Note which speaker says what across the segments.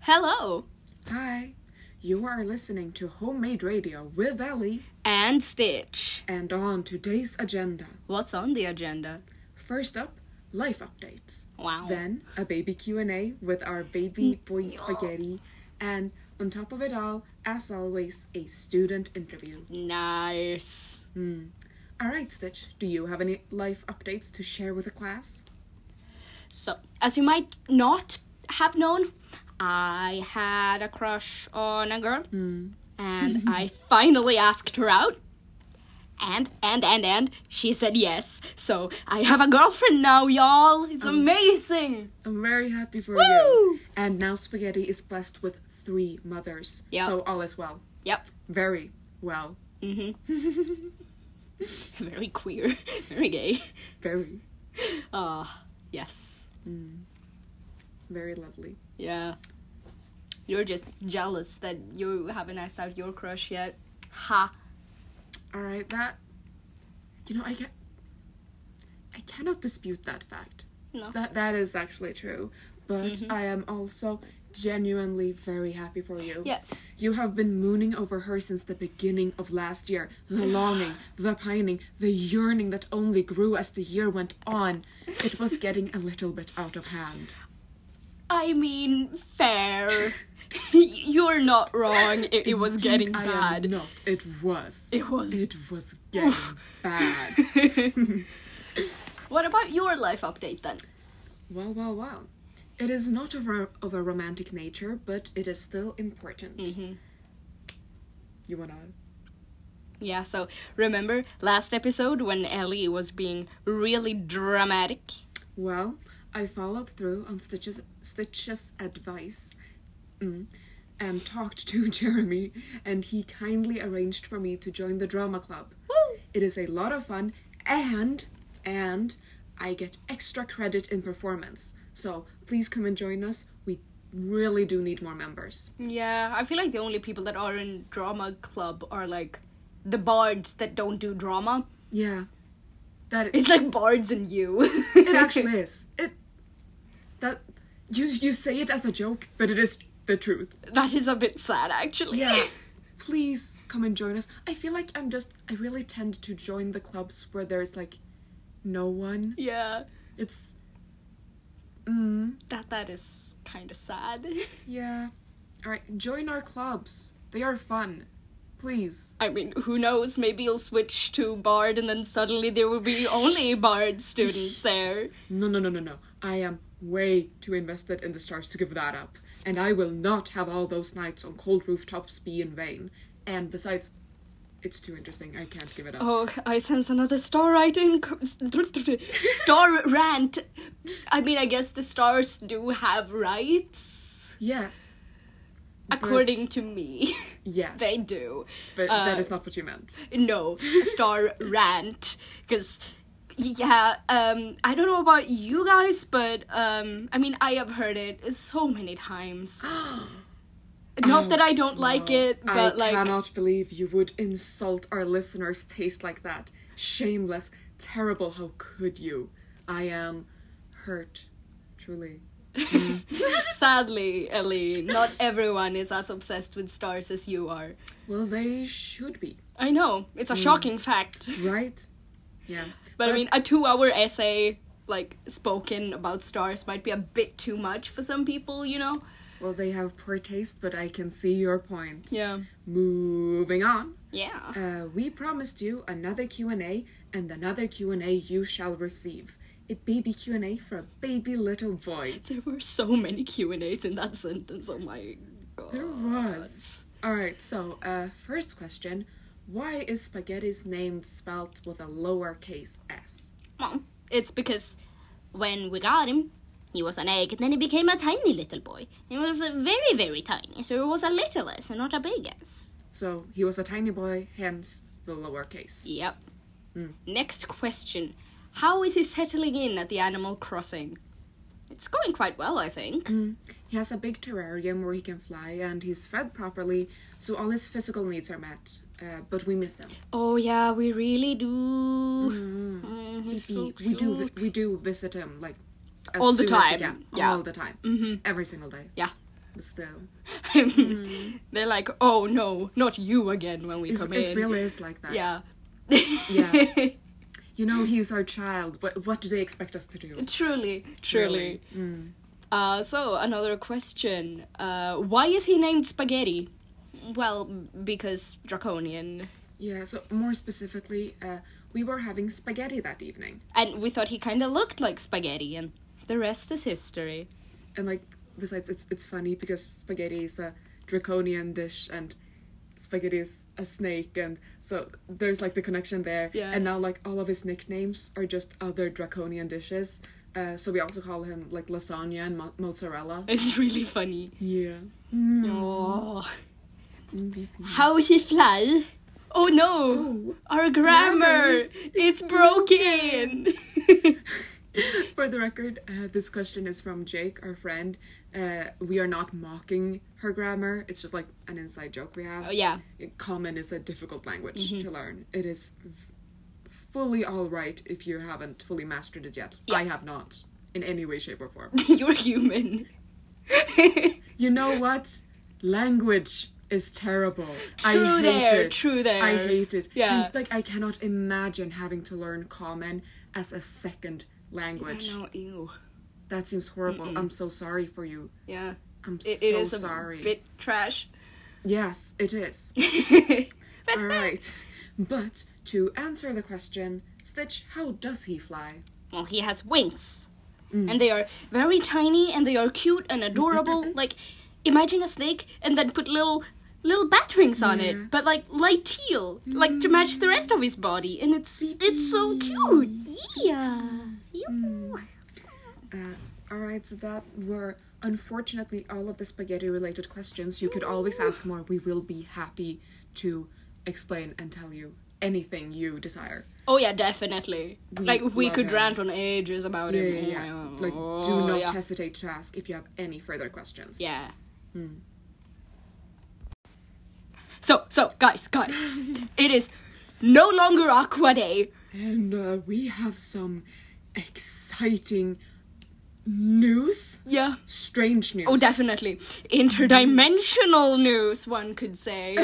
Speaker 1: Hello!
Speaker 2: Hi, you are listening to Homemade Radio with Ellie,
Speaker 1: And Stitch.
Speaker 2: and on today's agenda.
Speaker 1: What's on the agenda?
Speaker 2: First up, life updates.
Speaker 1: Wow.
Speaker 2: Then a baby Q&A with our baby boy spaghetti, and on top of it all, as always, a student interview.
Speaker 1: Nice.
Speaker 2: Hmm. All right, Stitch, do you have any life updates to share with the class?
Speaker 1: So, as you might not have known, I had a crush on a girl. And I finally asked her out. And, and, and, and, she said yes. So, I have a girlfriend now, y'all. It's amazing.
Speaker 2: I'm very happy for
Speaker 1: Woo!
Speaker 2: you. And now Spaghetti is blessed with three mothers.
Speaker 1: Yeah.
Speaker 2: So all is well.
Speaker 1: Yep. Mm-hmm.
Speaker 2: Very well.
Speaker 1: Very queer. Very gay.
Speaker 2: Very,
Speaker 1: Ah, yes.
Speaker 2: very lovely.
Speaker 1: Yeah. You're just jealous that you haven't asked out your crush yet. Ha.
Speaker 2: All right, that. You know, I get. I cannot dispute that fact.
Speaker 1: No. Mm-hmm.
Speaker 2: That that is actually true, but I am also genuinely very happy for you.
Speaker 1: Yes.
Speaker 2: You have been mooning over her since the beginning of last year. The longing, the pining, the yearning that only grew as the year went on. It was getting a little bit out of hand.
Speaker 1: I mean, fair. You're not wrong. It, it was
Speaker 2: Indeed,
Speaker 1: getting
Speaker 2: I am
Speaker 1: bad.
Speaker 2: not. It was.
Speaker 1: It was.
Speaker 2: It was getting bad.
Speaker 1: what about your life update then?
Speaker 2: Well, well, well. It is not of a, of a romantic nature, but it is still important. You wanna?
Speaker 1: Yeah, so remember last episode when Ellie was being really dramatic?
Speaker 2: Well, I followed through on Stitch's, Stitch's advice mm, and talked to Jeremy, and he kindly arranged for me to join the drama club.
Speaker 1: Woo!
Speaker 2: It is a lot of fun, and and I get extra credit in performance. So please come and join us. We really do need more members.
Speaker 1: Yeah, I feel like the only people that are in drama club are like the bards that don't do drama.
Speaker 2: Yeah, that
Speaker 1: It's like bards and you.
Speaker 2: It actually is. It that you you say it as a joke, but it is the truth.
Speaker 1: that is a bit sad actually.
Speaker 2: Yeah. Please come and join us. I feel like I'm just I really tend to join the clubs where there's like no one.
Speaker 1: yeah.
Speaker 2: It's mm,
Speaker 1: That that is kind of sad.
Speaker 2: yeah. All right, join our clubs. They are fun. Please.
Speaker 1: I mean, who knows? Maybe you'll switch to bard, and then suddenly there will be only bard students there.
Speaker 2: No, no, no, no, no. I am way too invested in the stars to give that up. And I will not have all those nights on cold rooftops be in vain. And besides, it's too interesting. I can't give it up.
Speaker 1: Oh, I sense another star writing co- star rant. I mean, I guess the stars do have rights,
Speaker 2: Yes.
Speaker 1: according to me.
Speaker 2: Yes.
Speaker 1: they do.
Speaker 2: But
Speaker 1: Uh,
Speaker 2: that is not what you meant.
Speaker 1: no star rant because yeah um i don't know about you guys but um i mean i have heard it so many times not that i don't like
Speaker 2: No,
Speaker 1: it but
Speaker 2: I
Speaker 1: like
Speaker 2: cannot believe you would insult our listeners' taste like that. Shameless, terrible, how could you? I am hurt. Truly.
Speaker 1: sadly ellie not everyone is as obsessed with stars as you are
Speaker 2: Well, they should be,
Speaker 1: i know it's a shocking fact
Speaker 2: right? Yeah.
Speaker 1: Hmm. but i mean a two hour essay like spoken about stars might be a bit too much for some people you know
Speaker 2: Well, they have poor taste, but I can see your point.
Speaker 1: yeah
Speaker 2: Moving on.
Speaker 1: yeah
Speaker 2: Uh, we promised you another Q&A and another Q&A you shall receive. A baby Q&A for a baby little boy.
Speaker 1: There were so many Q and A's in that sentence. Oh my god.
Speaker 2: There was. All right, so uh, first question, why is spaghetti's name spelt with a lowercase s?
Speaker 1: Well, it's because when we got him, he was an egg, and then he became a tiny little boy. He was uh, very, very tiny, so it was a little S and not a big S.
Speaker 2: So, he was a tiny boy, hence the lowercase.
Speaker 1: Yep.
Speaker 2: Hmm.
Speaker 1: Next question: How is he settling in at the Animal Crossing? It's going quite well, I think.
Speaker 2: He has a big terrarium where he can fly and he's fed properly, so all his physical needs are met. Uh, but we miss him.
Speaker 1: Oh yeah, we really do.
Speaker 2: Mm-hmm.
Speaker 1: Mm-hmm.
Speaker 2: we, we do vi- we do visit him like as
Speaker 1: All the
Speaker 2: soon as we
Speaker 1: time,
Speaker 2: can.
Speaker 1: yeah. Mm-hmm.
Speaker 2: all the time, every single day.
Speaker 1: Yeah.
Speaker 2: But still,
Speaker 1: They're like, oh no, not you again when we come
Speaker 2: it
Speaker 1: in.
Speaker 2: really is like that.
Speaker 1: Yeah.
Speaker 2: Yeah. You know, he's our child, but what do they expect us to do?
Speaker 1: truly, truly.
Speaker 2: Mm.
Speaker 1: Uh, so another question: uh, Why is he named Spaghetti? Well, because draconian,
Speaker 2: Yeah, so more specifically, uh, we were having spaghetti that evening.
Speaker 1: and we thought he kind of looked like Spaghetti, and the rest is history.
Speaker 2: And, like, besides, it's, it's funny because spaghetti is a draconian dish and spaghetti is a snake, and so there's, like, the connection there.
Speaker 1: Yeah.
Speaker 2: And now, like, all of his nicknames are just other draconian dishes. Uh, so we also call him, like, lasagna and mo- mozzarella.
Speaker 1: It's really funny.
Speaker 2: Yeah. Mm.
Speaker 1: Oh. How he fly? Oh no!
Speaker 2: Oh.
Speaker 1: Our grammar
Speaker 2: Grammar
Speaker 1: is broken.
Speaker 2: For the record, uh, this question is from Jake, our friend. Uh, we are not mocking her grammar. It's just like an inside joke we have.
Speaker 1: oh yeah.
Speaker 2: Common is a difficult language
Speaker 1: Mm-hmm.
Speaker 2: to learn. It is v- fully all right if you haven't fully mastered it yet.
Speaker 1: Yeah.
Speaker 2: I have not, in any way, shape, or form.
Speaker 1: You're human.
Speaker 2: you know what? Language is terrible. I
Speaker 1: True
Speaker 2: hate
Speaker 1: there,
Speaker 2: it.
Speaker 1: true there.
Speaker 2: I hate it.
Speaker 1: Yeah.
Speaker 2: And, like I cannot imagine having to learn Common as a second language.
Speaker 1: I know, ew.
Speaker 2: That seems horrible. I'm so sorry for you.
Speaker 1: Yeah.
Speaker 2: I'm
Speaker 1: It,
Speaker 2: so
Speaker 1: it is a
Speaker 2: sorry.
Speaker 1: bit trash.
Speaker 2: Yes, it is. All right. But to answer the question, Stitch, how does he fly?
Speaker 1: Well, he has wings.
Speaker 2: Mm.
Speaker 1: And they are very tiny and they are cute and adorable. like imagine a snake and then put little little bat wings on
Speaker 2: Yeah.
Speaker 1: it, but like light teal, like to match the rest of his body. And it's it's so cute. Yeah.
Speaker 2: Mm.
Speaker 1: Ew.
Speaker 2: Uh, all right, so that were unfortunately all of the spaghetti related questions. You could always ask more. We will be happy to explain and tell you anything you desire.
Speaker 1: Oh yeah, definitely.
Speaker 2: We
Speaker 1: like we
Speaker 2: love
Speaker 1: could
Speaker 2: him.
Speaker 1: rant on ages about
Speaker 2: Yeah,
Speaker 1: him.
Speaker 2: yeah,
Speaker 1: Oh
Speaker 2: yeah.
Speaker 1: my God.
Speaker 2: Like, do
Speaker 1: Oh,
Speaker 2: not
Speaker 1: yeah.
Speaker 2: hesitate to ask if you have any further questions.
Speaker 1: Yeah.
Speaker 2: Hmm.
Speaker 1: So, so, guys, guys, it is no longer Aqua Day.
Speaker 2: And uh, we have some exciting news.
Speaker 1: Yeah.
Speaker 2: Strange news.
Speaker 1: Oh, definitely. Interdimensional news, one could say.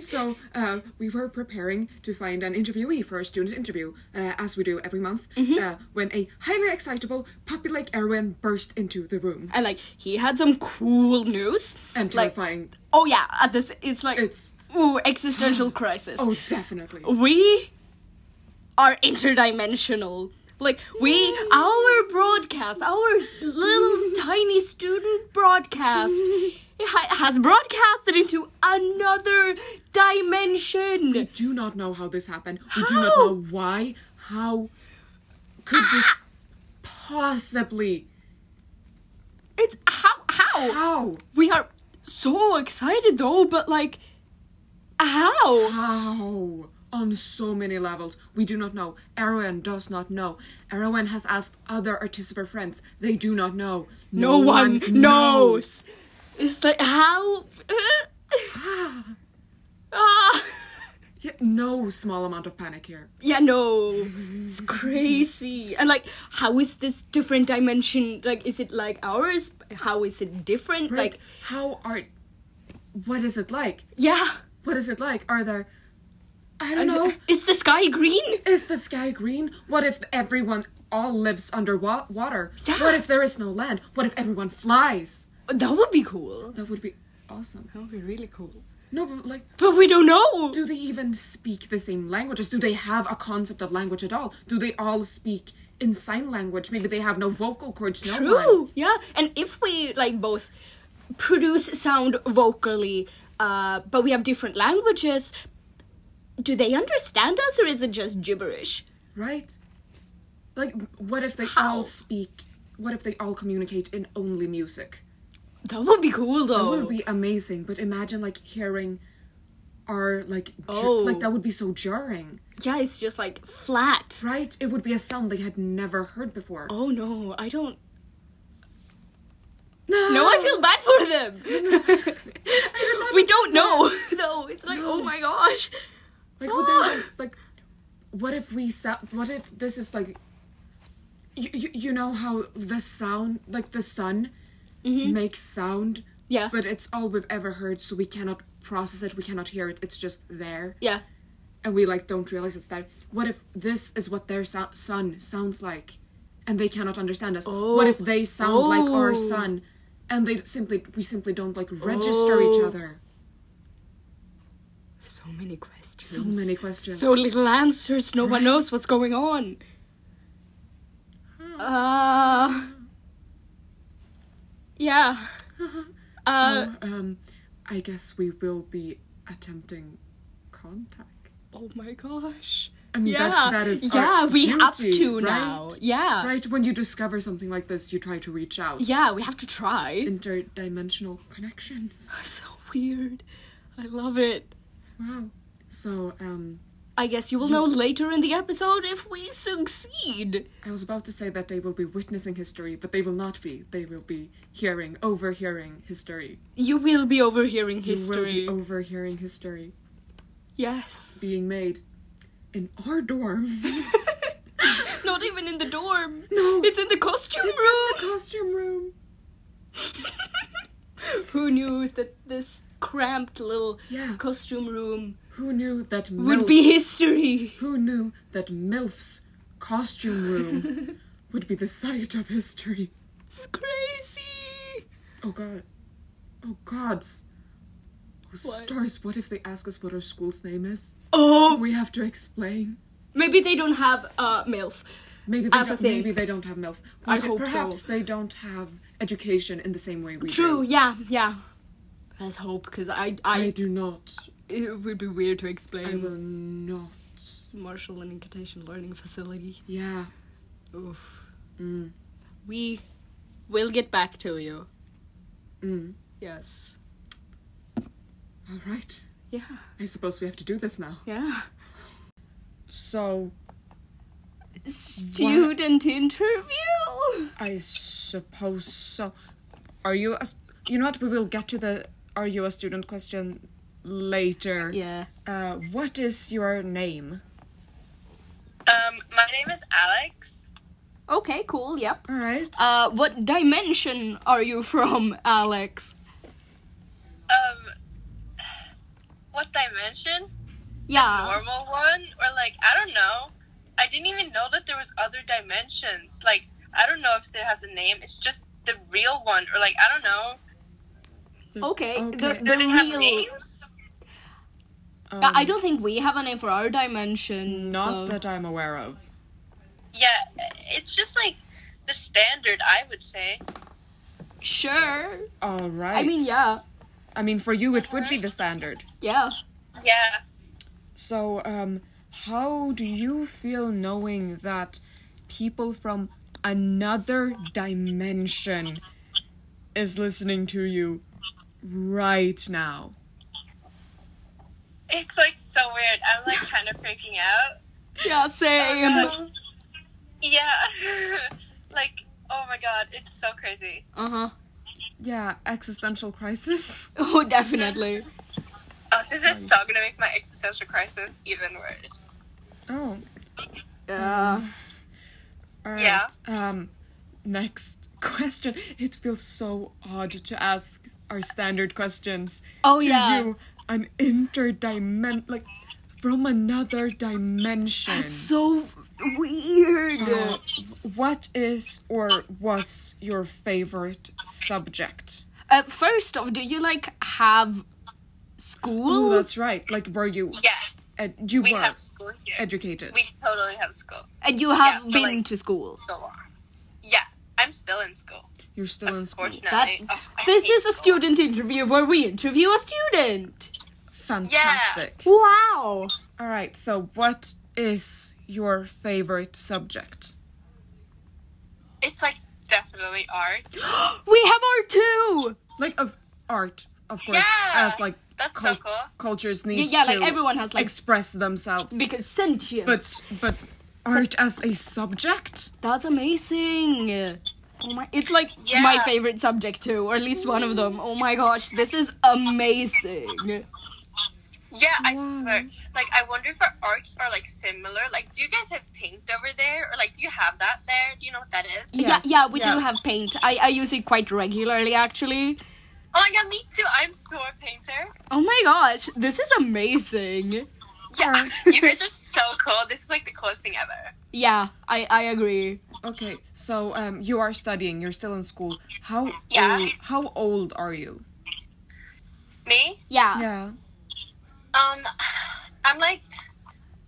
Speaker 2: So uh, we were preparing to find an interviewee for a student interview, uh, as we do every month,
Speaker 1: Mm-hmm.
Speaker 2: uh, when a highly excitable puppy like Erwin burst into the room.
Speaker 1: and, like, he had some cool news.
Speaker 2: And
Speaker 1: Uh, like,
Speaker 2: terrifying.
Speaker 1: oh, yeah, at this, it's like,
Speaker 2: It's-
Speaker 1: ooh, existential crisis.
Speaker 2: oh, definitely.
Speaker 1: we are interdimensional. Like we, our broadcast, our little tiny student broadcast, it ha- has broadcasted into another dimension.
Speaker 2: We do not know how this happened. We do not
Speaker 1: How?
Speaker 2: know why. How could this possibly?
Speaker 1: It's how how
Speaker 2: How?
Speaker 1: we are so excited though, but like how?
Speaker 2: How? On so many levels, we do not know. Erwin does not know. Erwin has asked other artificer friends. They do not know.
Speaker 1: No one knows. It's like how. ah.
Speaker 2: Yeah, no small amount of panic here.
Speaker 1: Yeah, no. It's crazy. And like, how is this different dimension? Like, is it like ours? How is it different?
Speaker 2: Right?
Speaker 1: Like,
Speaker 2: how are? What is it like?
Speaker 1: yeah.
Speaker 2: What is it like? Are there? I don't know.
Speaker 1: Is the sky green?
Speaker 2: Is the sky green? What if everyone all lives under wa- water?
Speaker 1: Yeah.
Speaker 2: What if there is no land? What if everyone flies?
Speaker 1: That would be cool.
Speaker 2: That would be awesome.
Speaker 1: That would be really cool.
Speaker 2: No, but like,
Speaker 1: But we don't know.
Speaker 2: do they even speak the same languages? Do they have a concept of language at all? Do they all speak in sign language? Maybe they have no vocal cords. No
Speaker 1: True.
Speaker 2: line.
Speaker 1: Yeah. And if we like both produce sound vocally, uh, but we have different languages, do they understand us or is it just gibberish?
Speaker 2: Right? Like, what if they
Speaker 1: How?
Speaker 2: all speak? What if they all communicate in only music?
Speaker 1: That would be cool
Speaker 2: That
Speaker 1: though.
Speaker 2: would be amazing. But imagine like hearing our like ju-
Speaker 1: Oh.
Speaker 2: like that would be so jarring,
Speaker 1: yeah, it's just like flat.
Speaker 2: right? It would be a sound they had never heard before.
Speaker 1: Oh no, I don't.
Speaker 2: No,
Speaker 1: No, I feel bad for them. we don't know, though. It's like, oh my gosh.
Speaker 2: Like, would they, like, like, what if we sound? What if this is like? You, you, you know how the sound, like the sun,
Speaker 1: Mm-hmm.
Speaker 2: makes sound.
Speaker 1: Yeah.
Speaker 2: But it's all we've ever heard, so we cannot process it, we cannot hear it, it's just there.
Speaker 1: Yeah.
Speaker 2: And we like don't realize it's there. What if this is what their so- son sounds like and they cannot understand us? What if they sound like our
Speaker 1: Oh.
Speaker 2: son and they simply we simply don't like register each
Speaker 1: Oh.
Speaker 2: other?
Speaker 1: So many questions.
Speaker 2: So many questions.
Speaker 1: So little answers. No one knows what's going on. Hmm. Uh, yeah. Uh,
Speaker 2: So, um, I guess we will be attempting contact.
Speaker 1: oh my gosh.
Speaker 2: I mean,
Speaker 1: yeah.
Speaker 2: that, that is
Speaker 1: yeah,
Speaker 2: our
Speaker 1: we have
Speaker 2: duty,
Speaker 1: to
Speaker 2: right?
Speaker 1: now. Yeah.
Speaker 2: Right when you discover something like this, you try to reach out.
Speaker 1: Yeah, we have to try.
Speaker 2: Interdimensional connections.
Speaker 1: so weird. I love it.
Speaker 2: Wow. So, um,
Speaker 1: I guess you will know later in the episode if we succeed.
Speaker 2: I was about to say that they will be witnessing history, but they will not be. They will be hearing, overhearing history.
Speaker 1: You will be overhearing history.
Speaker 2: You will be overhearing history
Speaker 1: yes.
Speaker 2: being made in our dorm,
Speaker 1: Not even in the dorm.
Speaker 2: No.
Speaker 1: It's in the costume
Speaker 2: the
Speaker 1: room.
Speaker 2: costume room.
Speaker 1: Who knew that this cramped little
Speaker 2: Yeah.
Speaker 1: costume room
Speaker 2: Who knew that
Speaker 1: would be history?
Speaker 2: Who knew that MILF's costume room would be the site of history?
Speaker 1: It's crazy.
Speaker 2: Oh god. Oh gods. Oh
Speaker 1: What?
Speaker 2: stars, what if they ask us what our school's name is?
Speaker 1: Oh,
Speaker 2: We have to explain.
Speaker 1: maybe they don't have uh MILF.
Speaker 2: Maybe they,
Speaker 1: As a
Speaker 2: don't,
Speaker 1: thing.
Speaker 2: maybe they don't have MILF.
Speaker 1: I
Speaker 2: But
Speaker 1: hope so.
Speaker 2: Perhaps they don't have education in the same way we
Speaker 1: True,
Speaker 2: do.
Speaker 1: yeah, yeah. Let's hope, because I, I,
Speaker 2: I do not.
Speaker 1: it would be weird to
Speaker 2: I
Speaker 1: explain
Speaker 2: will not.
Speaker 1: Marshall and Incantation Learning Facility.
Speaker 2: Yeah.
Speaker 1: Oof.
Speaker 2: Mm.
Speaker 1: We will get back to you.
Speaker 2: Mm.
Speaker 1: Yes.
Speaker 2: All right.
Speaker 1: Yeah.
Speaker 2: I suppose we have to do this now.
Speaker 1: Yeah.
Speaker 2: So,
Speaker 1: Student interview.
Speaker 2: I suppose so. Are you a, you know what? We will get to the are you a student question later.
Speaker 1: Yeah.
Speaker 2: Uh, what is your name?
Speaker 3: Um, my name is Alex.
Speaker 1: Okay. Cool. Yep.
Speaker 2: All right.
Speaker 1: Uh, what dimension are you from, Alex?
Speaker 3: Um, what dimension?
Speaker 1: Yeah.
Speaker 3: Normal one? Or like, I don't know. I didn't even know that there was other dimensions. Like, I don't know if it has a name. It's just the real one. Or like, I don't know.
Speaker 1: Okay.
Speaker 2: Okay.
Speaker 1: The, the
Speaker 3: Does it have
Speaker 1: real.
Speaker 3: names?
Speaker 2: Um,
Speaker 1: I I don't think we have a name for our dimension. so-
Speaker 2: Not that I'm aware of.
Speaker 3: Yeah, it's just like the standard, I would say.
Speaker 1: Sure.
Speaker 2: All right.
Speaker 1: I mean, yeah.
Speaker 2: I mean, for you, it would be the standard.
Speaker 1: Yeah.
Speaker 3: Yeah.
Speaker 2: So, um, how do you feel knowing that people from another dimension is listening to you right now?
Speaker 3: It's like so weird. I'm like kind of freaking out.
Speaker 1: Yeah. Same.
Speaker 3: Yeah. like, oh my god, it's so crazy.
Speaker 1: Uh huh.
Speaker 2: Yeah, existential crisis.
Speaker 1: Oh, definitely.
Speaker 3: Oh, this is so gonna make my existential crisis even worse.
Speaker 2: Oh,
Speaker 1: Yeah.
Speaker 2: all right.
Speaker 3: Yeah.
Speaker 2: Um, next question. It feels so odd to ask our standard questions
Speaker 1: Oh,
Speaker 2: to
Speaker 1: yeah.
Speaker 2: you, an interdimension, like from another dimension.
Speaker 1: That's so weird.
Speaker 2: Uh, what is or was your favorite subject?
Speaker 1: Uh, first off, do you like have school?
Speaker 2: Oh, that's right. Like, were you?
Speaker 3: Yeah,
Speaker 2: Ed- you
Speaker 3: we
Speaker 2: were
Speaker 3: have school here.
Speaker 2: educated.
Speaker 3: we totally have school.
Speaker 1: and you have
Speaker 3: yeah, but,
Speaker 1: been
Speaker 3: like-
Speaker 1: to school.
Speaker 3: So long. Yeah, I'm still in school.
Speaker 2: You're still in school.
Speaker 3: Unfortunately,
Speaker 1: That-
Speaker 3: Oh, I
Speaker 1: This
Speaker 3: hate
Speaker 1: is a
Speaker 3: school.
Speaker 1: student interview where we interview a student.
Speaker 2: Fantastic.
Speaker 1: Wow.
Speaker 2: All right. So, what is your favorite subject?
Speaker 3: It's like definitely art.
Speaker 1: We have our two.
Speaker 2: Like of art, of course,
Speaker 3: Yeah,
Speaker 2: as like
Speaker 3: That's
Speaker 2: cul-
Speaker 3: so cool.
Speaker 2: cultures need
Speaker 1: Yeah, yeah,
Speaker 2: to
Speaker 1: like everyone has like
Speaker 2: express themselves.
Speaker 1: because sentient.
Speaker 2: but but art as a subject.
Speaker 1: that's amazing. Oh my, it's like
Speaker 3: Yeah.
Speaker 1: my favorite subject too, or at least one of them. Oh my gosh, this is amazing.
Speaker 3: Yeah, I swear. Like, I wonder if our arcs are like similar. Like, do you guys have paint over there, or like, do you have that there? Do you know what that is?
Speaker 1: Yeah, yeah, we do have paint. I, I use it quite regularly, actually.
Speaker 3: Oh my god, me too. I'm so a painter.
Speaker 1: Oh my gosh, this is amazing.
Speaker 3: Yeah, you guys are so cool. This is like the coolest thing ever.
Speaker 1: Yeah, I, I agree.
Speaker 2: Okay, so um, you are studying. You're still in school. How
Speaker 3: Yeah.
Speaker 2: old, how old are you?
Speaker 3: Me?
Speaker 1: Yeah.
Speaker 2: Yeah.
Speaker 3: Um, I'm like,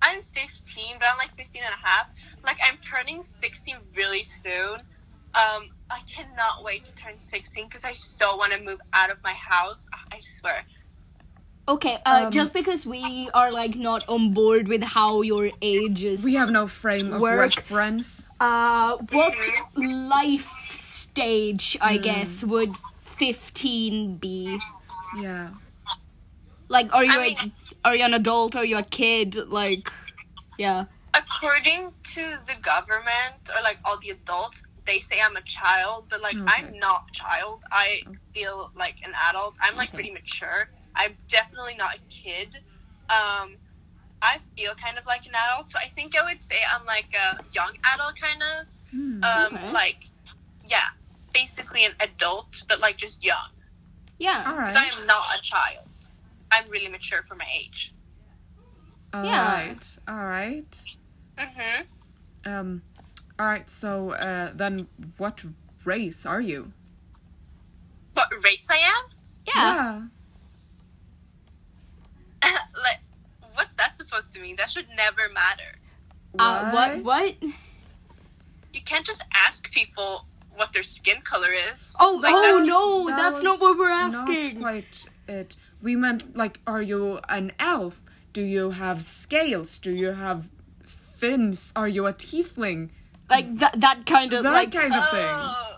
Speaker 3: I'm 15, but I'm like 15 and a half. Like, I'm turning 16 really soon. Um, I cannot wait to turn 16 because I so want to move out of my house. Ah, I swear.
Speaker 1: Okay, uh,
Speaker 2: Um,
Speaker 1: just because we are like not on board with how your age is,
Speaker 2: We have no frame of
Speaker 1: Work.
Speaker 2: reference.
Speaker 1: uh, what life stage, I guess, would 15 be?
Speaker 2: Yeah.
Speaker 1: Like, are you
Speaker 3: I
Speaker 1: a,
Speaker 3: mean-
Speaker 1: are you an adult? Are you a kid? Like, yeah.
Speaker 3: According to the government or like all the adults, they say I'm a child, but like
Speaker 2: Okay. Oh.
Speaker 3: I'm not a child. I feel like an adult. I'm like
Speaker 2: Okay.
Speaker 3: pretty mature. I'm definitely not a kid. Um, I feel kind of like an adult, so I think I would say I'm like a young adult kind of.
Speaker 2: Hmm,
Speaker 3: Um,
Speaker 1: okay.
Speaker 3: like yeah, basically an adult, but like just young.
Speaker 1: Yeah.
Speaker 2: All
Speaker 3: 'Cause
Speaker 2: right.
Speaker 3: I am not a child. I'm really mature for my age.
Speaker 2: All
Speaker 1: Yeah.
Speaker 2: right. All right.
Speaker 3: Mm-hmm.
Speaker 2: Um. All right. So uh, then, what race are you?
Speaker 3: What race I am?
Speaker 1: Yeah.
Speaker 3: like, what's that supposed to mean? That should never matter.
Speaker 2: What?
Speaker 1: Uh, what? What?
Speaker 3: You can't just ask people what their skin color is.
Speaker 1: Oh,
Speaker 3: Like,
Speaker 1: oh
Speaker 3: that-
Speaker 1: no,
Speaker 2: That
Speaker 1: that's not
Speaker 2: was
Speaker 1: what we're
Speaker 2: not
Speaker 1: asking.
Speaker 2: quite it. We meant like, are you an elf? Do you have scales? Do you have fins? Are you a tiefling?
Speaker 1: like that, that kind of
Speaker 2: That
Speaker 1: like.
Speaker 2: kind of thing.
Speaker 3: Oh,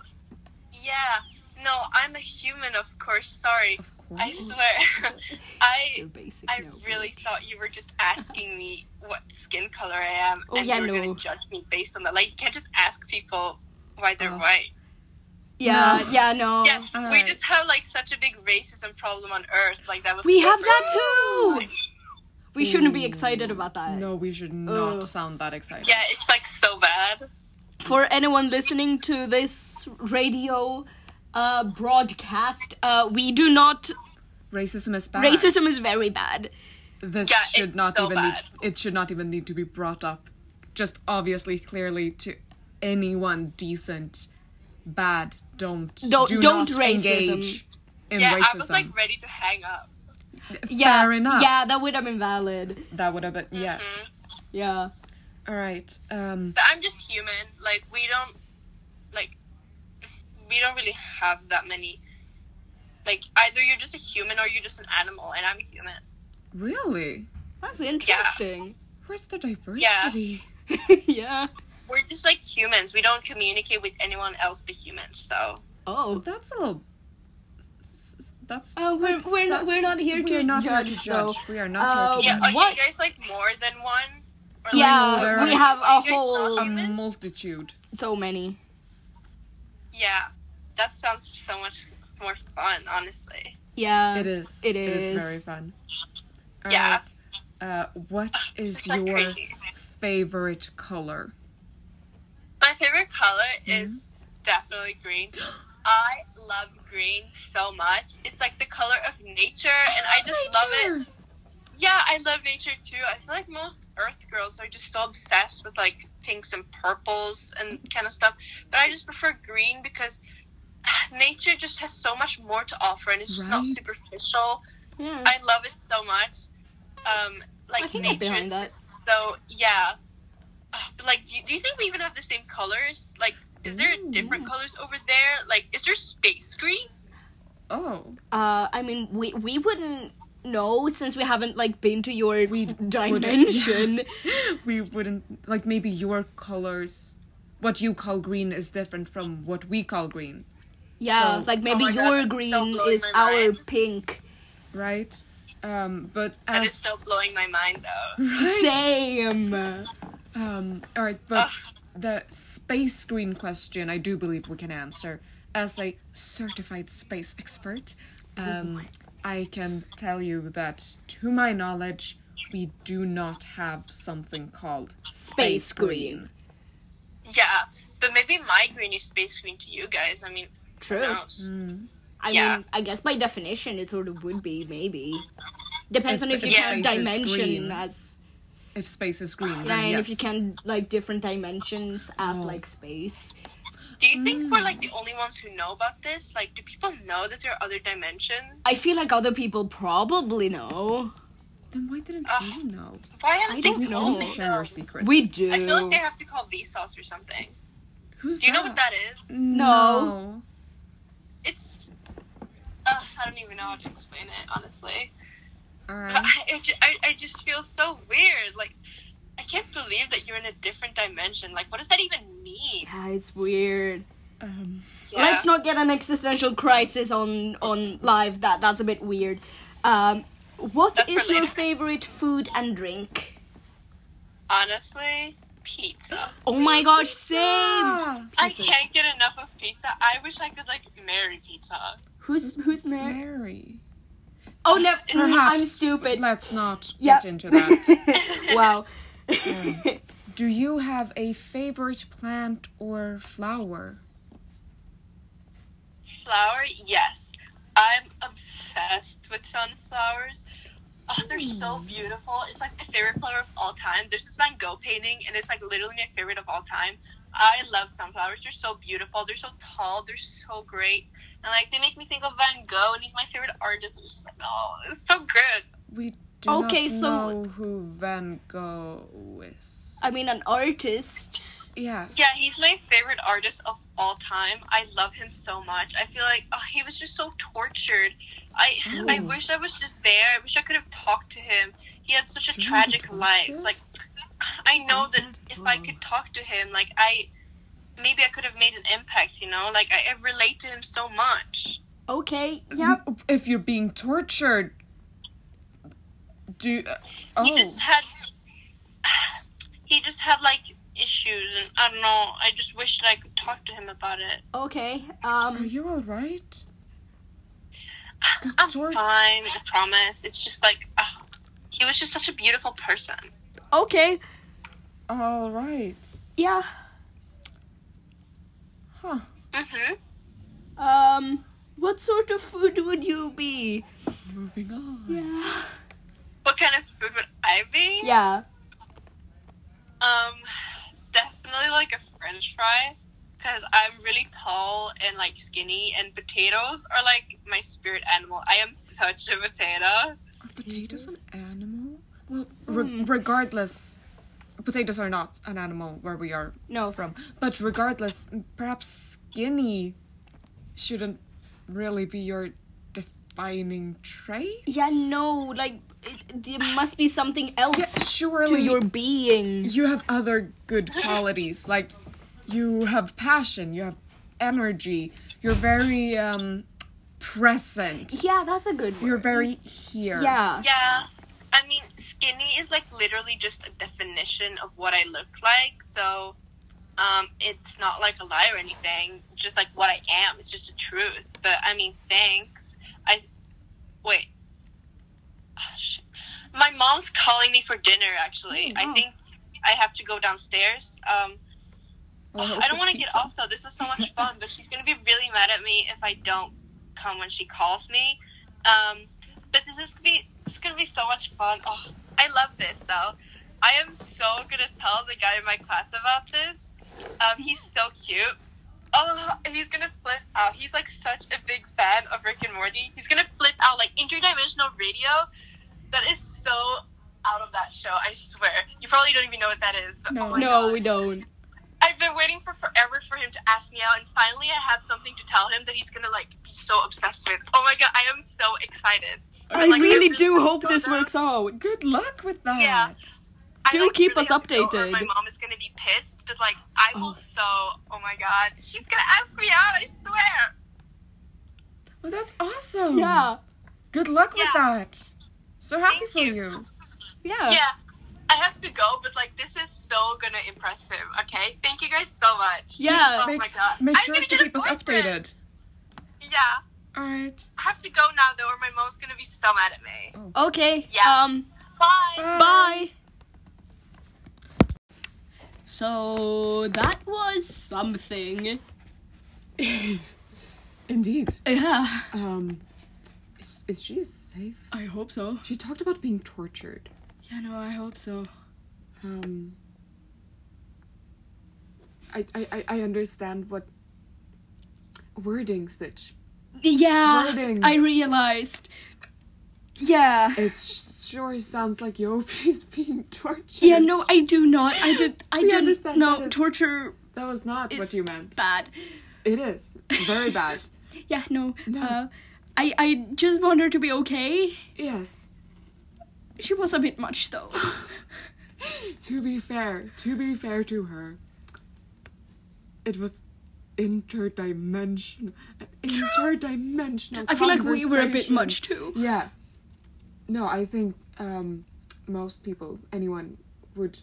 Speaker 3: yeah. No, I'm a human, of course. Sorry.
Speaker 2: Of course.
Speaker 3: I swear. I
Speaker 1: Your basic
Speaker 3: I
Speaker 1: knowledge.
Speaker 3: really thought you were just asking me what skin color I am,
Speaker 1: Oh,
Speaker 3: and
Speaker 1: yeah,
Speaker 3: you were
Speaker 1: no.
Speaker 3: gonna judge me based on that. Like, you can't just ask people why they're
Speaker 2: Oh.
Speaker 3: white.
Speaker 1: Yeah,
Speaker 2: No.
Speaker 1: yeah, no.
Speaker 3: yeah, we
Speaker 2: alright.
Speaker 3: just have like such a big racism problem on Earth. Like that was.
Speaker 1: We
Speaker 3: so
Speaker 1: have that
Speaker 3: gross.
Speaker 1: too. We shouldn't be excited about that.
Speaker 2: No, we should not
Speaker 1: Ugh.
Speaker 2: sound that excited.
Speaker 3: Yeah, it's like so bad.
Speaker 1: For anyone listening to this radio uh, broadcast, uh, we do not.
Speaker 2: Racism is bad.
Speaker 1: Racism is very bad.
Speaker 2: This
Speaker 3: Yeah,
Speaker 2: should
Speaker 3: it's
Speaker 2: not
Speaker 3: so
Speaker 2: even
Speaker 3: bad.
Speaker 2: Need, it should not even need to be brought up. Just obviously, clearly to anyone decent, bad. Don't
Speaker 1: Don't-
Speaker 2: do
Speaker 1: don't
Speaker 2: not
Speaker 1: racism.
Speaker 2: engage in
Speaker 3: Yeah,
Speaker 2: racism.
Speaker 3: I was like ready to hang up.
Speaker 1: Yeah,
Speaker 2: Fair enough.
Speaker 1: Yeah, Mm-hmm. that would have been valid.
Speaker 2: That would have been yes.
Speaker 1: Yeah.
Speaker 2: All right. Um.
Speaker 3: But I'm just human. Like we don't like we don't really have that many like either you're just a human or you're just an animal and I'm a human.
Speaker 2: Really?
Speaker 1: That's interesting.
Speaker 2: Where's the diversity?
Speaker 1: Yeah.
Speaker 3: We're just like humans. We don't communicate with anyone else but humans, so
Speaker 1: Oh.
Speaker 2: That's a little. s- s- That's.
Speaker 1: Oh, we're,
Speaker 2: quite
Speaker 1: we're,
Speaker 2: sad.
Speaker 1: not, we're not here
Speaker 2: We
Speaker 1: to
Speaker 2: are not here
Speaker 1: judge.
Speaker 2: to judge.
Speaker 1: though.
Speaker 2: We are not here to
Speaker 1: Um,
Speaker 3: Yeah,
Speaker 2: judge.
Speaker 3: are
Speaker 1: What?
Speaker 3: you guys like more than one? Or, like,
Speaker 1: Yeah,
Speaker 2: there
Speaker 1: we
Speaker 2: are-
Speaker 1: have
Speaker 3: are
Speaker 1: a
Speaker 3: you guys not
Speaker 1: whole
Speaker 2: A
Speaker 3: humans?
Speaker 2: multitude.
Speaker 1: so many.
Speaker 3: Yeah. That sounds so much more fun, honestly.
Speaker 1: Yeah.
Speaker 2: It is.
Speaker 1: Um, It
Speaker 2: It is very
Speaker 1: is.
Speaker 2: fun.
Speaker 3: Yeah.
Speaker 2: Alright, Uh, what
Speaker 1: Ah,
Speaker 2: is
Speaker 3: It's like
Speaker 2: your
Speaker 3: crazy.
Speaker 2: favorite color?
Speaker 3: My favorite color is definitely green. I love green so much. It's like the color of nature, and I just love it.
Speaker 2: Nature.
Speaker 3: Yeah, I love nature too. I feel like most Earth girls are just so obsessed with like pinks and purples and kind of stuff, but I just prefer green because ah, nature just has so much more to offer, and it's just not
Speaker 2: Right.
Speaker 3: superficial.
Speaker 1: Yeah.
Speaker 3: I love it so much. Um, like
Speaker 1: I can get
Speaker 3: nature
Speaker 1: behind
Speaker 3: is
Speaker 1: that.
Speaker 3: just So yeah, Ugh, but like, do you, do you think we even have the same colors? Like, is there
Speaker 2: Ooh,
Speaker 3: different
Speaker 2: yeah.
Speaker 3: colors over there? Like, is there space green?
Speaker 2: Oh,
Speaker 1: Uh, I mean, we we wouldn't know since we haven't like been to your
Speaker 2: We
Speaker 1: dimension.
Speaker 2: we wouldn't like maybe your colors. What you call green is different from what we call green,
Speaker 1: yeah,
Speaker 2: So-
Speaker 1: like maybe
Speaker 3: Oh my God,
Speaker 1: your
Speaker 3: that's so
Speaker 1: green
Speaker 3: blowing
Speaker 1: is
Speaker 3: my
Speaker 1: our
Speaker 3: mind.
Speaker 1: pink.
Speaker 2: right? Um, but
Speaker 3: That
Speaker 2: as
Speaker 3: is so blowing my mind though.
Speaker 1: Same.
Speaker 2: Um, all right, but the space green question, I do believe we can answer. as a certified space expert,
Speaker 3: Oh
Speaker 2: um, I can tell you that, to my knowledge, we do not have something called
Speaker 1: Space green.
Speaker 3: Yeah, but maybe my green is space green to you guys. I mean, who
Speaker 1: True.
Speaker 3: knows?
Speaker 2: Mm.
Speaker 1: I
Speaker 3: Yeah.
Speaker 1: mean, I guess by definition, it sort of would be, maybe. Depends on if you
Speaker 2: If
Speaker 1: count
Speaker 2: space is
Speaker 1: dimension
Speaker 2: green.
Speaker 1: as.
Speaker 2: If space is green,
Speaker 3: Mm,
Speaker 1: Yeah,
Speaker 2: then
Speaker 1: and
Speaker 2: yes.
Speaker 1: if you count, like, different dimensions
Speaker 2: Oh.
Speaker 1: as, like, space.
Speaker 3: Do you think we're
Speaker 1: Mm.
Speaker 3: like the only ones who know about this? Like, do people know that there are other dimensions?
Speaker 1: I feel like other people probably know.
Speaker 2: Then why didn't we know?
Speaker 3: Why haven't
Speaker 1: I
Speaker 3: they
Speaker 1: don't
Speaker 2: We
Speaker 1: know.
Speaker 3: told
Speaker 2: only
Speaker 3: me?
Speaker 2: share our secrets.
Speaker 1: We do.
Speaker 3: I feel like they have to call Vsauce or something.
Speaker 2: Who's
Speaker 3: Do you know what that is?
Speaker 1: No.
Speaker 3: It's. Uh, I don't even know how to explain it, honestly.
Speaker 2: No. All
Speaker 3: But
Speaker 2: right.
Speaker 3: I, I, ju- I, I just feel so weird. Like, I can't believe that you're in a different dimension. Like, what does that even mean?
Speaker 1: yeah, it's weird.
Speaker 2: Um,
Speaker 3: Yeah.
Speaker 1: Let's not get an existential crisis on on live. That that's a bit weird. Um, what
Speaker 3: That's
Speaker 1: is
Speaker 3: for
Speaker 1: your
Speaker 3: later.
Speaker 1: favorite food and drink?
Speaker 3: Honestly, pizza.
Speaker 1: Oh my gosh, same.
Speaker 2: ah,
Speaker 3: I
Speaker 1: Pizza.
Speaker 3: can't get enough of pizza. I wish I could, like, marry pizza.
Speaker 1: Who's who's married?
Speaker 2: Mary.
Speaker 1: Oh no,
Speaker 2: Perhaps.
Speaker 1: I'm stupid.
Speaker 2: Let's not
Speaker 1: Yep.
Speaker 2: get into that.
Speaker 1: wow.
Speaker 2: Do you have a favorite plant or flower?
Speaker 3: Flower, yes. I'm obsessed with sunflowers. Oh, they're so beautiful. It's like my favorite flower of all time. There's this Van Gogh painting, and it's like literally my favorite of all time. I love sunflowers. They're so beautiful. They're so tall. They're so great. And like they make me think of Van Gogh, and he's my favorite artist. It's just like, oh, it's so good.
Speaker 2: We do
Speaker 1: Okay,
Speaker 2: not
Speaker 1: so-
Speaker 2: know who Van Gogh is.
Speaker 1: I mean, an artist.
Speaker 2: Yes.
Speaker 3: Yeah, he's my favorite artist of all time. I love him so much. I feel like oh, he was just so tortured. I I
Speaker 2: Ooh.
Speaker 3: wish I was just there. I wish I could have talked to him. He had such a
Speaker 2: Do you want to
Speaker 3: tragic
Speaker 2: talk
Speaker 3: life.
Speaker 2: to him?
Speaker 3: Like I
Speaker 2: Oh,
Speaker 3: know that if I could talk to him, like I maybe I could have made an impact, you know? Like I, I relate to him so much.
Speaker 1: Okay.
Speaker 2: Mm-hmm.
Speaker 1: Yep.
Speaker 2: If you're being tortured, do you,
Speaker 3: He
Speaker 2: oh
Speaker 3: just had he just had like issues and I don't know. I just wish that I could talk to him about it.
Speaker 1: Okay.
Speaker 2: are
Speaker 1: Um.
Speaker 2: you all right? 'Cause
Speaker 3: I'm
Speaker 2: tor-
Speaker 3: fine. I promise. It's just like ah, he was just such a beautiful person.
Speaker 1: Okay.
Speaker 2: all right.
Speaker 1: Yeah.
Speaker 2: Huh.
Speaker 3: hmm
Speaker 1: Um. What sort of food would you be?
Speaker 2: Moving on.
Speaker 1: Yeah.
Speaker 3: What kind of food would I be?
Speaker 1: Yeah.
Speaker 3: Um, definitely like a French fry, because I'm really tall and like skinny, and potatoes are like my spirit animal. I am such a potato.
Speaker 2: Are potatoes an animal? Well,
Speaker 1: Hmm.
Speaker 2: re- regardless, potatoes are not an animal where we are
Speaker 1: No.
Speaker 2: from. But regardless, m- perhaps skinny shouldn't really be your defining trait.
Speaker 1: Yeah, no, like it, there must be something else
Speaker 2: Yeah,
Speaker 1: to
Speaker 2: surely
Speaker 1: your being.
Speaker 2: you have other good qualities. Like you have passion, you have energy, you're very um present.
Speaker 1: Yeah, that's a good one.
Speaker 2: You're very here.
Speaker 1: Yeah.
Speaker 3: Yeah. I mean, skinny is like literally just a definition of what I look like. So, um, it's not like a lie or anything. It's Just like what I am. It's just the truth. But I mean, thanks. I wait. Ah, shit. My mom's calling me for dinner. Actually,
Speaker 1: Oh, wow.
Speaker 3: I think I have to go downstairs. Um,
Speaker 2: Well, hope
Speaker 3: I don't
Speaker 2: it's
Speaker 3: want to get
Speaker 2: pizza.
Speaker 3: off though. This was so much fun, but she's gonna be really mad at me if I don't come when she calls me. Um, but this is gonna be it's gonna be so much fun. Oh, I love this though. I am so gonna tell the guy in my class about this. Um, he's so cute. Oh, he's gonna flip out. He's like such a big fan of Rick and Morty. He's gonna flip out like interdimensional radio. That is so out of that show. I swear. You probably don't even know what that is. But
Speaker 2: No.
Speaker 3: oh my
Speaker 1: No,
Speaker 3: God.
Speaker 1: we don't.
Speaker 3: I've been waiting for forever for him to ask me out, and finally I have something to tell him that he's gonna like be so obsessed with. Oh my god, I am so excited.
Speaker 1: I
Speaker 3: Like,
Speaker 1: really
Speaker 3: this
Speaker 1: do
Speaker 3: is
Speaker 1: hope
Speaker 3: so
Speaker 1: this
Speaker 3: dumb.
Speaker 1: works out.
Speaker 2: Good luck with that.
Speaker 3: Yeah. I,
Speaker 1: Do keep us
Speaker 3: have to go or My
Speaker 1: updated.
Speaker 3: mom is gonna be pissed, but like I will so. Oh my god, she's gonna ask me out. I swear.
Speaker 2: Well, that's awesome.
Speaker 1: Yeah.
Speaker 2: Good luck with
Speaker 3: Yeah.
Speaker 2: that. So happy
Speaker 3: Thank
Speaker 2: for
Speaker 3: you.
Speaker 2: you.
Speaker 1: Yeah.
Speaker 3: yeah, I have to go, but like this is so gonna impress him. Okay, thank you guys so much.
Speaker 1: Yeah,
Speaker 3: Oh
Speaker 2: Make,
Speaker 3: my god.
Speaker 2: make
Speaker 3: I'm
Speaker 2: sure
Speaker 3: gonna
Speaker 2: to
Speaker 3: get a
Speaker 2: keep us
Speaker 3: boyfriend.
Speaker 2: updated.
Speaker 3: Yeah.
Speaker 2: Alright.
Speaker 3: I have to go now though, or my mom's gonna be so mad at me.
Speaker 1: Okay.
Speaker 3: Yeah.
Speaker 1: Um.
Speaker 3: Bye.
Speaker 1: Bye. So that was something.
Speaker 2: Indeed.
Speaker 1: Yeah.
Speaker 2: Um, is, is she safe?
Speaker 1: I hope so.
Speaker 2: She talked about being tortured.
Speaker 1: Yeah. No, I hope so.
Speaker 2: Um, I, I, I- I understand what wording stitch.
Speaker 1: Yeah.
Speaker 2: Wording.
Speaker 1: I realized. Yeah.
Speaker 2: It sure sounds like you hope she's being tortured.
Speaker 1: Yeah, no, I do not. I did. I
Speaker 2: We
Speaker 1: didn't.
Speaker 2: understand
Speaker 1: No,
Speaker 2: that is-
Speaker 1: torture
Speaker 2: that was not
Speaker 1: is
Speaker 2: what you meant.
Speaker 1: bad.
Speaker 2: It is very bad.
Speaker 1: Yeah, no.
Speaker 2: No.
Speaker 1: Uh, I I just want her to be okay.
Speaker 2: yes.
Speaker 1: She was a bit much though.
Speaker 2: To be fair, to be fair to her, it was interdimensional. An interdimensional.
Speaker 1: I feel like we were a bit
Speaker 2: conversation.
Speaker 1: much too.
Speaker 2: Yeah. No, I think um, most people, anyone, would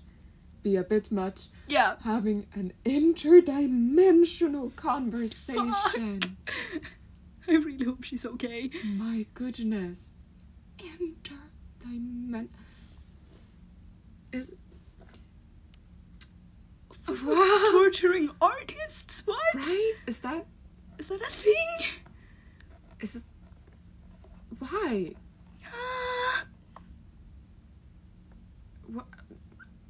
Speaker 2: be a bit much
Speaker 1: Yeah.
Speaker 2: having an interdimensional conversation.
Speaker 1: I really hope she's okay.
Speaker 2: My goodness. Interdimen. Is. Wow.
Speaker 1: Torturing artists? What? Is
Speaker 2: Right? Is that.
Speaker 1: that a thing?
Speaker 2: Is it. Why? Wha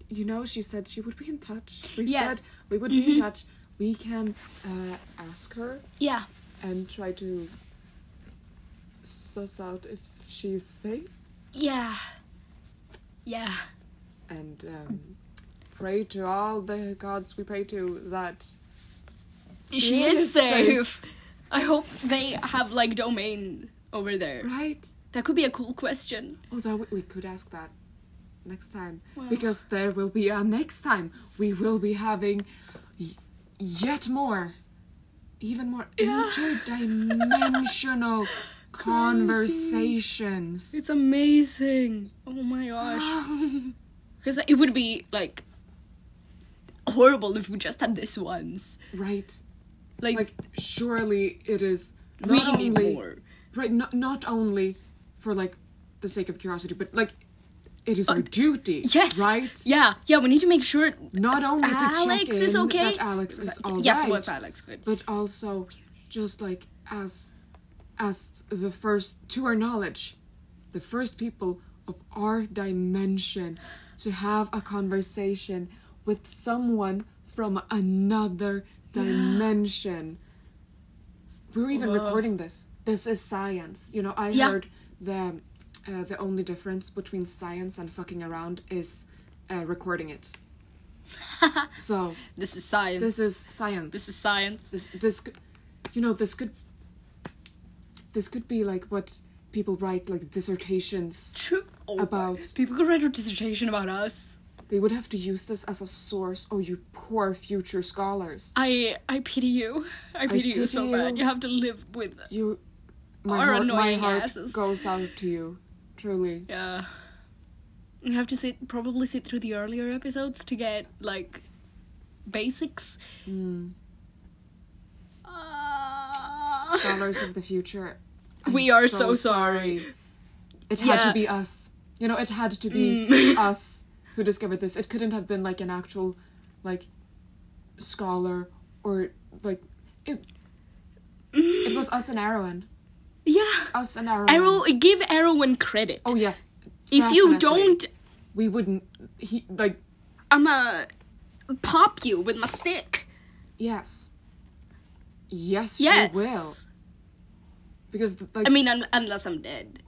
Speaker 2: You know, she said she would be in touch. We
Speaker 1: Yes.
Speaker 2: said we would be in touch. We can uh, ask her
Speaker 1: yeah.
Speaker 2: and try to suss out if she's safe
Speaker 1: Yeah. Yeah.
Speaker 2: and um, pray to all the gods we pray to that
Speaker 1: She,
Speaker 2: She
Speaker 1: is,
Speaker 2: is
Speaker 1: safe. I hope they have like domain over there.
Speaker 2: right
Speaker 1: That could be a cool question.
Speaker 2: although we, we could ask that next time
Speaker 1: Well.
Speaker 2: because there will be a next time we will be having y- yet more even more
Speaker 1: Yeah.
Speaker 2: interdimensional conversations
Speaker 1: It's amazing. Oh my gosh. Because it would be like horrible if we just had this once.
Speaker 2: right
Speaker 1: Like,
Speaker 2: like surely it is not
Speaker 1: we
Speaker 2: only
Speaker 1: need more.
Speaker 2: right not, not only for like the sake of curiosity but like it is our duty
Speaker 1: Uh, Yes.
Speaker 2: right
Speaker 1: Yeah. Yeah. We need to make sure
Speaker 2: not only to check
Speaker 1: Alex is
Speaker 2: in
Speaker 1: okay.
Speaker 2: that alex is all right,
Speaker 1: yes, was Alex good?
Speaker 2: but also just like as as the first to our knowledge the first people of our dimension to have a conversation with someone from another dimension we're even
Speaker 1: Whoa.
Speaker 2: recording this this is science you know i
Speaker 1: Yeah.
Speaker 2: heard the uh, the only difference between science and fucking around is uh, recording it so
Speaker 1: This is science.
Speaker 2: this is science
Speaker 1: this is science.
Speaker 2: this this could, you know this could this could be like what people write like dissertations
Speaker 1: True. Oh,
Speaker 2: About-
Speaker 1: people could write a dissertation about us.
Speaker 2: they would have to use this as a source oh you poor future scholars
Speaker 1: I I pity you. I pity you
Speaker 2: pity
Speaker 1: so bad.
Speaker 2: you.
Speaker 1: You have to live with.
Speaker 2: you my
Speaker 1: Our
Speaker 2: heart, my
Speaker 1: annoying
Speaker 2: heart
Speaker 1: asses.
Speaker 2: goes out to you truly
Speaker 1: Yeah. You have to sit probably sit through the earlier episodes to get like basics.
Speaker 2: Hmm.
Speaker 1: Ah.
Speaker 2: scholars of the future
Speaker 1: We are so sorry.
Speaker 2: it
Speaker 1: Yeah.
Speaker 2: had
Speaker 1: Mm.
Speaker 2: to be us you know it had to be us who discovered this it couldn't have been like an actual like scholar or like it it was us and Arwen
Speaker 1: Yeah.
Speaker 2: us and Arwen
Speaker 1: Arrow give Arrowin credit.
Speaker 2: oh yes
Speaker 1: if you
Speaker 2: definitely.
Speaker 1: don't
Speaker 2: we wouldn't he like
Speaker 1: I'ma pop you with my stick.
Speaker 2: yes yes
Speaker 1: Yes.
Speaker 2: you will because like
Speaker 1: I mean un- unless I'm dead.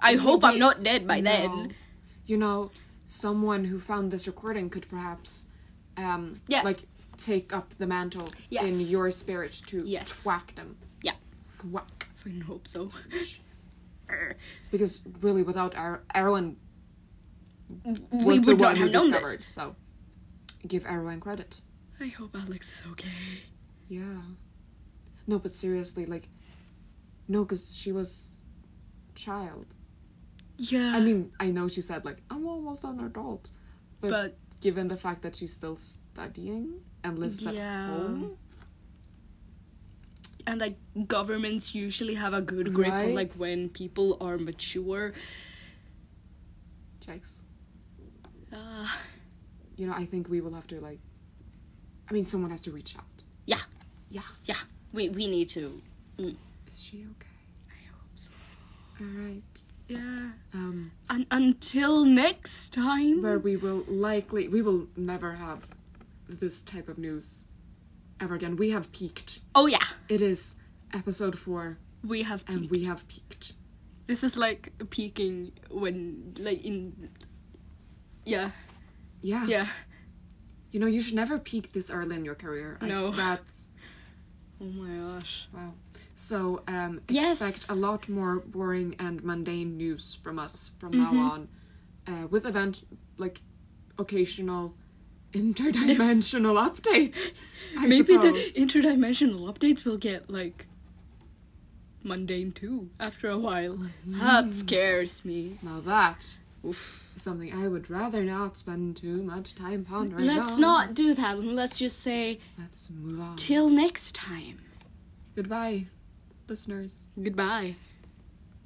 Speaker 1: I hope I'm
Speaker 2: wait,
Speaker 1: not dead by
Speaker 2: No.
Speaker 1: then.
Speaker 2: You know, someone who found this recording could perhaps, um,
Speaker 1: Yes.
Speaker 2: like take up the mantle
Speaker 1: Yes.
Speaker 2: in your spirit to
Speaker 1: Yes.
Speaker 2: thwack them,
Speaker 1: Yeah.
Speaker 2: thwack.
Speaker 1: I fucking hope so. Er.
Speaker 2: Because really, without Ar- Erwin was
Speaker 1: we
Speaker 2: the
Speaker 1: would
Speaker 2: one
Speaker 1: not
Speaker 2: who
Speaker 1: have known
Speaker 2: discovered.
Speaker 1: this.
Speaker 2: So, give Erwin credit.
Speaker 1: I hope Alex is okay.
Speaker 2: Yeah. No, but seriously, like, no, because she was child.
Speaker 1: Yeah.
Speaker 2: I mean, I know she said like I'm almost an adult, but,
Speaker 1: But-
Speaker 2: given the fact that she's still studying and lives at
Speaker 1: Yeah.
Speaker 2: home,
Speaker 1: and like governments usually have a good grip on
Speaker 2: Right.
Speaker 1: like when people are mature.
Speaker 2: Checks.
Speaker 1: Uh,
Speaker 2: You know, I think we will have to like. I mean, someone has to reach out.
Speaker 1: yeah,
Speaker 2: Yeah.
Speaker 1: yeah. We we need to. Mm.
Speaker 2: Is she okay?
Speaker 1: I hope so.
Speaker 2: All right.
Speaker 1: Yeah.
Speaker 2: Um,
Speaker 1: And until next time.
Speaker 2: where we will likely we will never have this type of news ever again. We have peaked.
Speaker 1: oh yeah,
Speaker 2: It is episode four,
Speaker 1: we have.
Speaker 2: and
Speaker 1: peak.
Speaker 2: we have peaked.
Speaker 1: this is like peaking when like in. Yeah,
Speaker 2: Yeah.
Speaker 1: yeah.
Speaker 2: You know, you should never peak this early in your career. I-
Speaker 1: No.
Speaker 2: that's
Speaker 1: Oh my gosh.
Speaker 2: wow. So um,
Speaker 1: Yes.
Speaker 2: expect a lot more boring and mundane news from us from
Speaker 1: Mm-hmm.
Speaker 2: now on, uh, with event like occasional interdimensional updates. I
Speaker 1: Maybe
Speaker 2: suppose.
Speaker 1: the interdimensional updates will get like mundane too after a while. That scares me.
Speaker 2: now that
Speaker 1: Mm-hmm. Oof.
Speaker 2: something I would rather not spend too much time pondering.
Speaker 1: Let's
Speaker 2: on.
Speaker 1: not do that. and Let's just say
Speaker 2: Let's move on.
Speaker 1: till next time.
Speaker 2: Goodbye, listeners.
Speaker 1: Goodbye.